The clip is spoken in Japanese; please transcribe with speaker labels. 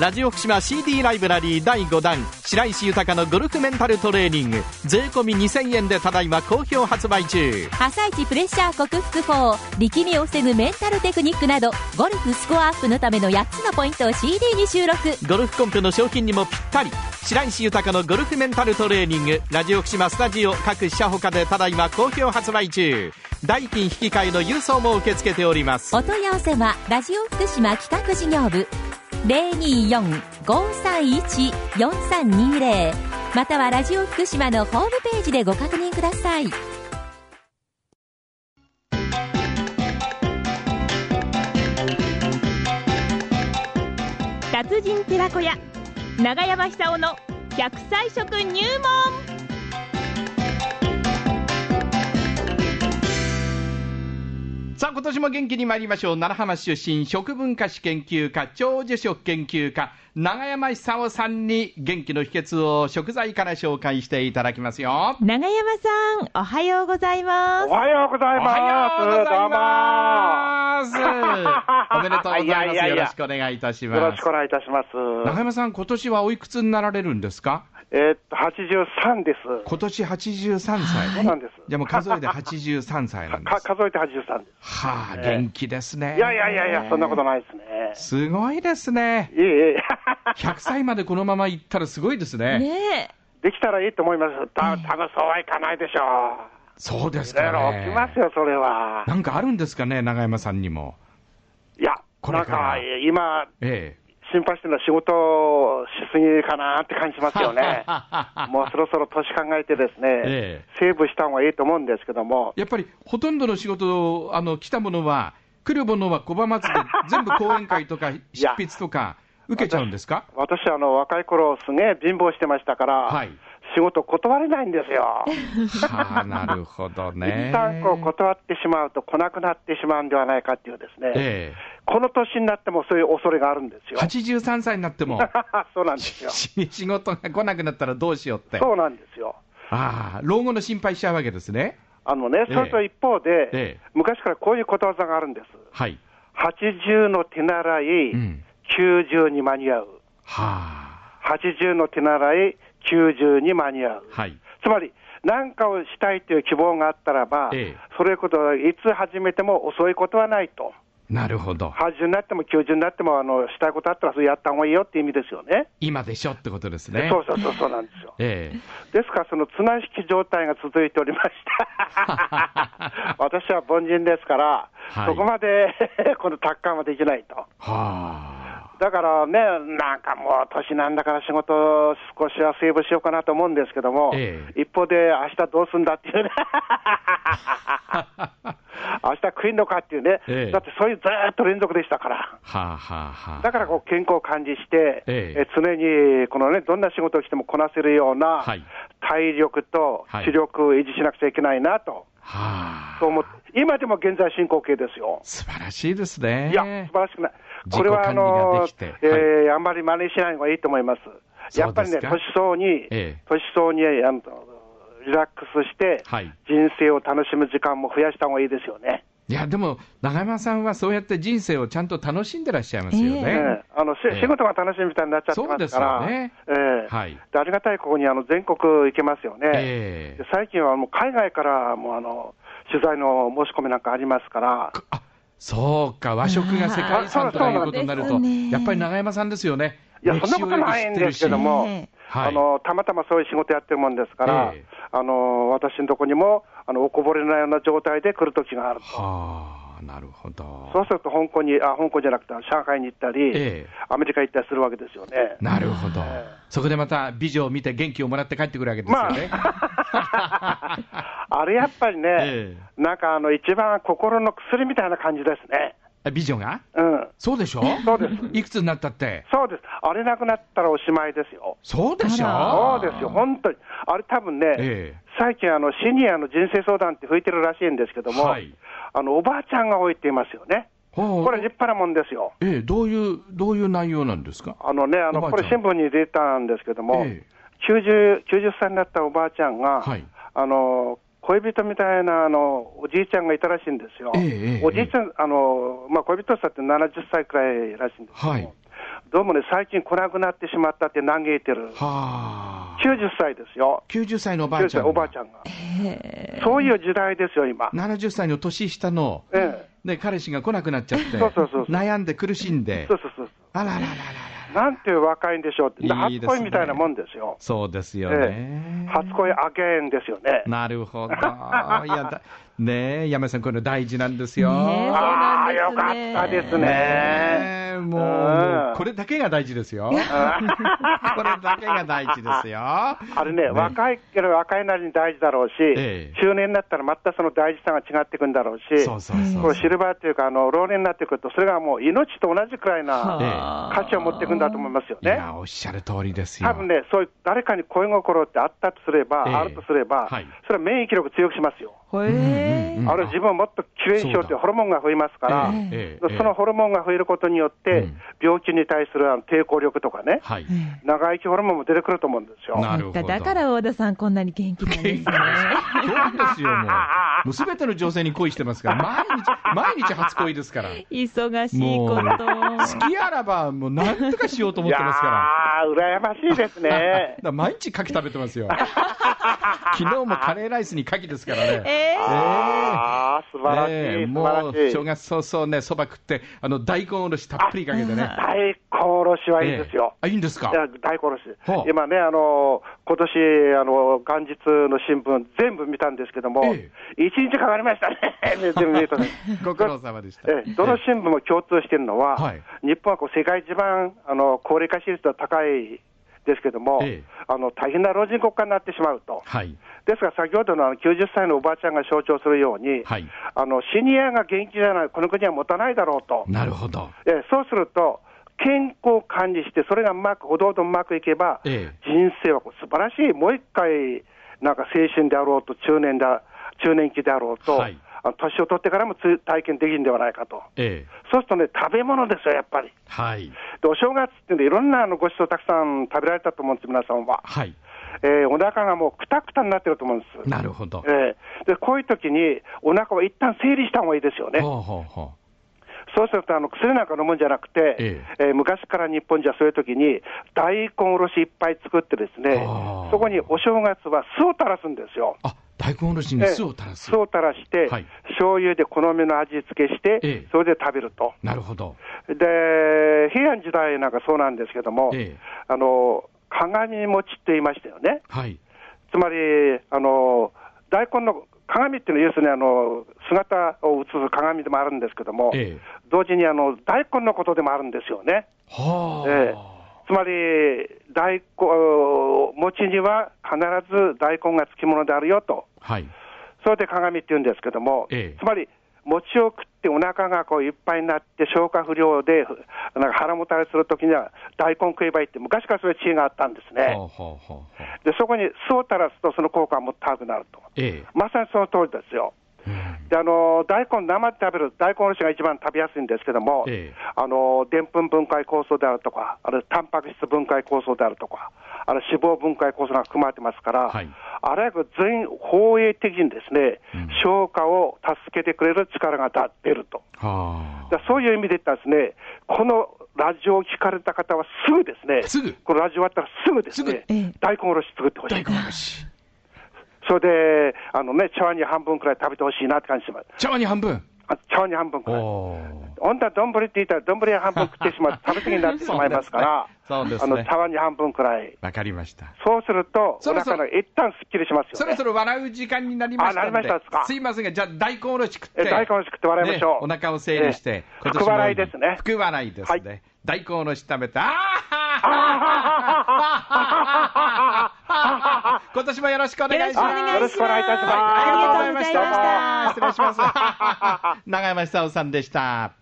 Speaker 1: ラジオ福島 CD ライブラリー第5弾白石豊のゴルフメンタルトレーニング税込み2000円でただいま好評発売中
Speaker 2: 朝一プレッシャー克服法力みを防ぐメンタルテクニックなどゴルフスコアアップのための8つのポイントを CD に収録
Speaker 1: ゴルフコンペの賞金にもぴったり白石豊のゴルフメンタルトレーニングラジオ福島スタジオ各社ほかでただいま好評発売中代金引き換えの郵送も受け付けております
Speaker 2: お問い合わせはラジオ福島企画事業部024-531-4320またはラジオ福島のホームページでご確認ください
Speaker 3: 達人寺子屋長山久夫の百歳食入門
Speaker 1: さあ今年も元気に参りましょう奈良浜出身食文化史研究家長寿食研究家永山久夫さんに元気の秘訣を食材から紹介していただきますよ
Speaker 3: 長山さんおはようございます
Speaker 4: おはようござ
Speaker 1: お
Speaker 4: います。
Speaker 1: はようございます
Speaker 4: どうも
Speaker 1: おめでとうございます
Speaker 4: いやいやいや
Speaker 1: よろしくお願いいたし
Speaker 4: ど
Speaker 1: ま
Speaker 4: う
Speaker 1: す
Speaker 4: も。よろしくお願いいたします。
Speaker 1: 長山さん今年はおいくつになられるんですか
Speaker 4: えーっと、83です。そ
Speaker 1: 今年83歳、
Speaker 4: うなんです。
Speaker 1: じゃあもう数 えて83歳なんで
Speaker 4: か
Speaker 1: す
Speaker 4: 数えて83で
Speaker 1: はあ
Speaker 4: ええ
Speaker 1: 元気ですね
Speaker 4: す。いやいやいやいや、そんなことないですね。
Speaker 1: すごいですね
Speaker 4: いえいえ、
Speaker 1: 100歳までこのままいったらすごいですね
Speaker 3: ね
Speaker 4: できたらいいと思います。た多分そうはいかないでしょ
Speaker 1: そうです
Speaker 4: う。だ
Speaker 1: か
Speaker 4: から
Speaker 1: ね
Speaker 4: 起きますよ、それは。
Speaker 1: なんかあるんですかね、永山さんにも。
Speaker 4: いや、
Speaker 1: こ
Speaker 4: な
Speaker 1: れ
Speaker 4: ん
Speaker 1: から
Speaker 4: か、今、
Speaker 1: ええ。。
Speaker 4: 心配してるのは仕事をしすぎかなって感じしますよね もうそろそろ年考えてです
Speaker 1: え
Speaker 4: ね、セーブした方がいいと思うんですけども、
Speaker 1: やっぱりほとんどの仕事を、あの、来たものは、来るものは拒まずで、全部講演会とか執筆とか、 受けちゃうんですか
Speaker 4: 私、あの若い頃すげえ貧乏してましたから、
Speaker 1: はい
Speaker 4: 仕事断れないんですよ。
Speaker 1: はあ、なるほどね。
Speaker 4: 一旦こう断ってしまうと来なくなってしまうんではないかっていうですね、
Speaker 1: え
Speaker 4: この年になってもそういう恐れがあるんです
Speaker 1: え。
Speaker 4: よ。
Speaker 1: 83歳になって も、
Speaker 4: そうな んですよ。
Speaker 1: し仕事が来なくなったらどうしようって。
Speaker 4: そうなんですよ。
Speaker 1: ああ、老後の心配しちゃうわけですね。
Speaker 4: あのね、
Speaker 1: ええ
Speaker 4: それと一方で、
Speaker 1: ええ
Speaker 4: 昔からこういうことわざがあるんです。
Speaker 1: はい。
Speaker 4: 80の手習い、
Speaker 1: うん
Speaker 4: 90に間に合う。
Speaker 1: はあ。
Speaker 4: 80の手習い、90に間に合う。
Speaker 1: はい。
Speaker 4: つまり、何かをしたいという希望があったらば、
Speaker 1: ええ
Speaker 4: それこそいつ始めても遅いことはないと、
Speaker 1: なるほど。
Speaker 4: 80になっても90になってもあの、したいことあったら、それやった方がいいよって意味ですよね。
Speaker 1: 今でしょってことですね。
Speaker 4: そうそうそうそうなんですよ。
Speaker 1: ええ。
Speaker 4: ですから、その綱引き状態が続いておりま した。私は凡人ですから、
Speaker 1: はい
Speaker 4: そこまで この達観はできないと。
Speaker 1: はあ。
Speaker 4: だからね、なんかもう年なんだから仕事を少しはセーブしようかなと思うんですけども、
Speaker 1: え
Speaker 4: 一方で明日どうすんだっていうね。明日食いんのかっていうね、
Speaker 1: ええ
Speaker 4: だってそういうずーっと連続でしたから。
Speaker 1: はあはあはあ。
Speaker 4: だからこう健康を感じして、
Speaker 1: ええ
Speaker 4: え常にこの、ね、どんな仕事をしてもこなせるような
Speaker 1: はい
Speaker 4: 体力と
Speaker 1: はい
Speaker 4: 視力を維持しなくちゃいけないなと、
Speaker 1: はあ、
Speaker 4: そう思って、今でも現在進行形ですよ。
Speaker 1: 素晴らしいですね。
Speaker 4: いや、素晴らしくない。
Speaker 1: 自己
Speaker 4: これはあ
Speaker 1: 管理が
Speaker 4: の
Speaker 1: できて、
Speaker 4: えーあんまり真似しない方がいいと思います。やっぱりね、
Speaker 1: そうで
Speaker 4: 年
Speaker 1: す
Speaker 4: 相に、
Speaker 1: ええ
Speaker 4: 年相にあのリラックスして、
Speaker 1: はい
Speaker 4: 人生を楽しむ時間も増やした方がいいですよね。
Speaker 1: いや、でも、永山さんはそうやって人生をちゃんと楽しんでらっしゃいますよね。
Speaker 3: え
Speaker 4: ええあのし
Speaker 1: ええ
Speaker 4: 仕事が楽しみみたいになっちゃってますから、
Speaker 1: そうですよね
Speaker 4: ええ
Speaker 1: はい
Speaker 4: でありがたいことにあの全国行けますよね、
Speaker 1: ええ
Speaker 4: で最近はもう海外からもうあの取材の申し込みなんかありますから、
Speaker 1: あそうか、和食が世界遺産とかいうことになる
Speaker 3: そ
Speaker 1: と、
Speaker 3: うですね
Speaker 1: やっぱり永山さんですよね。
Speaker 4: いや、
Speaker 1: 歴
Speaker 4: そ
Speaker 1: 史
Speaker 4: んな
Speaker 1: を
Speaker 4: ことないんですけど
Speaker 1: よ
Speaker 4: も、
Speaker 3: ええ
Speaker 1: はい
Speaker 4: あのたまたまそういう仕事やってるもんですから、
Speaker 1: ええ
Speaker 4: あの私のとこにもあのおこぼれのような状態で来る時がある
Speaker 1: く知るはあ、なるほど。
Speaker 4: そうすると香港に、あ香港じゃなくて、上海に行ったり、
Speaker 1: ええ
Speaker 4: アメリカ行ったりするわけですよね。
Speaker 1: なるほど。そこでまた美女を見て元気をもらって帰ってくるわけですよね。
Speaker 4: あれやっぱりね、
Speaker 1: え
Speaker 4: なんかあの一番心の薬みたいな感じですね。
Speaker 1: 美女が
Speaker 4: うん。
Speaker 1: そうでしょ
Speaker 4: そうです。
Speaker 1: いくつになったって。
Speaker 4: そうです。あれなくなったらおしまいですよ。
Speaker 1: そうでし
Speaker 4: そ
Speaker 1: ょ
Speaker 4: うですよ。本当に。あれ多分ね、
Speaker 1: ええ
Speaker 4: 最近あのシニアの人生相談って吹いてるらしいんですけども、
Speaker 1: はい
Speaker 4: あのおばあちゃんが多いって言いますよね。
Speaker 1: ほう
Speaker 4: これ立派なもんですよ。
Speaker 1: ええ、どういう、どういう内容なんですか
Speaker 4: あのね、あの
Speaker 1: おばあち
Speaker 4: こ
Speaker 1: ゃん
Speaker 4: れ新聞に出たんですけども、
Speaker 1: ええ
Speaker 4: 90, 90歳になったおばあちゃんが、
Speaker 1: はい
Speaker 4: あの恋人みたいなあのおじいちゃんがいたらしいんですよ。
Speaker 1: ええええ
Speaker 4: おじいちゃん、あのまあ、恋人さんって70歳くらいらしいんですけども、
Speaker 1: はい
Speaker 4: どうもね、最近来なくなってしまったって嘆いてる。
Speaker 1: はあ。
Speaker 4: 90歳ですよ。
Speaker 1: 90歳のおばあ
Speaker 4: 90
Speaker 1: ちゃ
Speaker 4: 歳、
Speaker 1: んが。
Speaker 4: おばあちゃんが。そういう時代ですよ、今。
Speaker 1: 70歳の年下の、
Speaker 4: え
Speaker 1: ね、彼氏が来なくなっちゃって、
Speaker 4: そうそうそうそう
Speaker 1: 悩んで苦しんで
Speaker 4: え。そうそうそう。
Speaker 1: あららららら
Speaker 4: なんて若いんでしょうって。
Speaker 1: いいですね
Speaker 4: 初恋みたいなもんですよ。
Speaker 1: そうですよ
Speaker 4: え
Speaker 1: ね。
Speaker 4: え初恋アゲーンですよね。
Speaker 1: なるほど。いやだねえ、山根さん、これ大事なんですよ。
Speaker 5: ねえ
Speaker 4: ああ、
Speaker 5: そ
Speaker 4: よ
Speaker 5: う
Speaker 4: か
Speaker 5: なん
Speaker 4: っ
Speaker 5: ですね
Speaker 4: たですね。
Speaker 1: ねえもう、
Speaker 4: うん
Speaker 1: もうこれだけが大事です よ。これだけが大事ですよ。
Speaker 4: あれね、若いけど若いなりに大事だろうし、
Speaker 1: ええ
Speaker 4: 中年になったらまたその大事さが違ってくんだろうし、
Speaker 1: そうそうそう。
Speaker 4: こうシルバーというか、あの老年になってくると、それがもう命と同じくらいな
Speaker 5: はあ
Speaker 4: 価値を持っていくんだと思いますよ
Speaker 1: い
Speaker 4: ね。
Speaker 1: や、おっしゃる通りですよ。
Speaker 4: 多分ね、そういう誰かに恋心ってあったとすれば、
Speaker 1: ええ
Speaker 4: あるとすれば、
Speaker 1: はい
Speaker 4: それは免疫力強くしますよ。
Speaker 5: へえ
Speaker 1: うん
Speaker 4: ある自分をもっときれいにしようというホルモンが増えますから、
Speaker 1: ええええ
Speaker 4: そのホルモンが増えることによって、
Speaker 1: うん
Speaker 4: 病気に対するあの抵抗力とかね、
Speaker 1: はい。
Speaker 4: 長生きホルモンも出てくると思うんですよ。
Speaker 1: なるほど。
Speaker 5: だから大和田さんこんなに元気なん です
Speaker 1: そう
Speaker 5: ね。
Speaker 1: ですよ、もう。もうすべての女性に恋してますから、毎日、毎日初恋ですから。
Speaker 5: 忙しい
Speaker 1: もう、
Speaker 5: こと。
Speaker 1: 好きあらば、もう何とかしようと思ってますから。
Speaker 4: いやー、羨ましいで す
Speaker 1: だ
Speaker 4: ね
Speaker 1: か。ら毎日牡蠣食べてますよ。昨日もカレーライスに牡蠣ですからね。
Speaker 5: えー
Speaker 4: ああ、素晴らしい、
Speaker 1: ええ
Speaker 4: 素晴
Speaker 1: も
Speaker 4: ら
Speaker 1: う
Speaker 4: しい。
Speaker 1: 正月早々ね、そば食って、あの大根おろしたっぷりかけてね。
Speaker 4: 大根おろしはいいですよ。
Speaker 1: ええあ、いいんですか
Speaker 4: い。や大根おろし
Speaker 1: はあ、
Speaker 4: 今ね、あの今年あの元日の新聞、全部見たんですけども、
Speaker 1: え
Speaker 4: 一日かかりま したね、全部見るとね
Speaker 1: ご苦労様でした。
Speaker 4: ええどの新聞も共通しているのは、
Speaker 1: はい
Speaker 4: 日本はこう世界一番あの高齢化比率が高いですけども、
Speaker 1: ええ
Speaker 4: あの大変な老人国家になってしまうと、
Speaker 1: はい。
Speaker 4: ですから先ほどのあの90歳のおばあちゃんが象徴するように、
Speaker 1: はい
Speaker 4: あのシニアが元気じゃない、この国は持たないだろうと。
Speaker 1: なるほど。
Speaker 4: えーそうすると、健康を管理して、それがうまく、ほどほどうまくいけば、
Speaker 1: え
Speaker 4: 人生はこう素晴らしい、もう一回、なんか青春であろうと、中年だ中年期であろうと、
Speaker 1: はい
Speaker 4: あの年を取ってからもつ体験できるんではないかと、
Speaker 1: ええ。
Speaker 4: そうするとね、食べ物ですよ、やっぱり。
Speaker 1: はい。
Speaker 4: でお正月ってね、いろんなあのご馳走たくさん食べられたと思うんです、皆さんは。
Speaker 1: はい。
Speaker 4: えーお腹がもうくたくたになってると思うんです。
Speaker 1: なるほど。
Speaker 4: えーでこういう時に、お腹を一旦整理した方がいいですよね。
Speaker 1: ほうほうほ
Speaker 4: そうするとあの薬なんか飲むんじゃなくて、
Speaker 1: え
Speaker 4: えー昔から日本じゃそういう時に、大根おろしいっぱい作ってですね
Speaker 1: あー、
Speaker 4: そこにお正月は酢を垂らすんですよ。
Speaker 1: う。あ、大根おろしに酢を垂らす
Speaker 4: 酢。を垂らして、
Speaker 1: はい
Speaker 4: 醤油で好みの味付けして、
Speaker 1: ええ
Speaker 4: それで食べると。
Speaker 1: なるほど。
Speaker 4: で、平安時代なんかそうなんですけども、
Speaker 1: ええ
Speaker 4: あの鏡餅って言いましたよね。
Speaker 1: はい。
Speaker 4: つまり、あの大根の鏡っていうのは、要するにあの姿を映す鏡でもあるんですけども、
Speaker 1: ええ
Speaker 4: 同時にあの大根のことでもあるんですよね。
Speaker 1: はあ。
Speaker 4: ええつまり、大根、餅には必ず大根がつきものであるよと、
Speaker 1: はい。
Speaker 4: それで鏡って言うんですけども、
Speaker 1: ええ
Speaker 4: つまり、餅を食ってお腹がこういっぱいになって消化不良でなんか腹もたれするときには大根食えばいいって昔からそういう知恵があったんですね
Speaker 1: ほうほうほうほう。
Speaker 4: でそこに酢を垂らすとその効果がもっと高くなると
Speaker 1: え
Speaker 4: まさにその通りですよ。
Speaker 1: え。うん
Speaker 4: であの大根、生で食べる大根おろしが一番食べやすいんですけども、
Speaker 1: ええ
Speaker 4: あのでんぷん分解酵素であるとか、あれタンパク質分解酵素であるとか、あれ脂肪分解酵素が含まれてますから、
Speaker 1: はい
Speaker 4: あらゆる全方位的にですね、
Speaker 1: うん
Speaker 4: 消化を助けてくれる力が出ると、
Speaker 1: は
Speaker 4: だそういう意味で言ったらですね、このラジオを聞かれた方はすぐですね、
Speaker 1: すぐ
Speaker 4: このラジオ終わったらすぐですね
Speaker 5: すぐええ、
Speaker 4: 大根おろし作ってほ
Speaker 1: あ。
Speaker 4: し
Speaker 1: 大
Speaker 4: い
Speaker 1: 根。おろし。
Speaker 4: それで、あのね、茶碗に半分くらい食べてほしいなって感じします。
Speaker 1: 茶碗に半分。
Speaker 4: あ茶碗に半分く
Speaker 1: お
Speaker 4: らい。
Speaker 1: お。
Speaker 4: 本当は丼って言ったら、丼は半分食って しまって、食べ過ぎになってしまいますから、
Speaker 1: そうですねそう
Speaker 4: あの
Speaker 1: ですね
Speaker 4: 茶碗に半分くらい、
Speaker 1: わかりました。
Speaker 4: そうすると、
Speaker 1: そ
Speaker 4: お
Speaker 1: ろそろ
Speaker 4: 腹が一旦すっきりします
Speaker 1: そ
Speaker 4: よ
Speaker 1: ろ
Speaker 4: ね
Speaker 1: そ。ろ笑う時間になりましたんで。
Speaker 4: あなりましたですか
Speaker 1: いませんが、じゃあ大根おろし食って。
Speaker 4: え大根をしくって笑いましょう。
Speaker 1: ねお腹を整理して、
Speaker 4: え
Speaker 1: 今年も
Speaker 4: 福笑いですね。
Speaker 1: 福笑いですね。
Speaker 4: は
Speaker 1: 大根おろし食べて、あー今年もよろしくお願いします。
Speaker 4: あよろしくお願いいたします。
Speaker 5: ありがとうございました
Speaker 4: どうも
Speaker 1: 失礼します。長山久夫さんでした。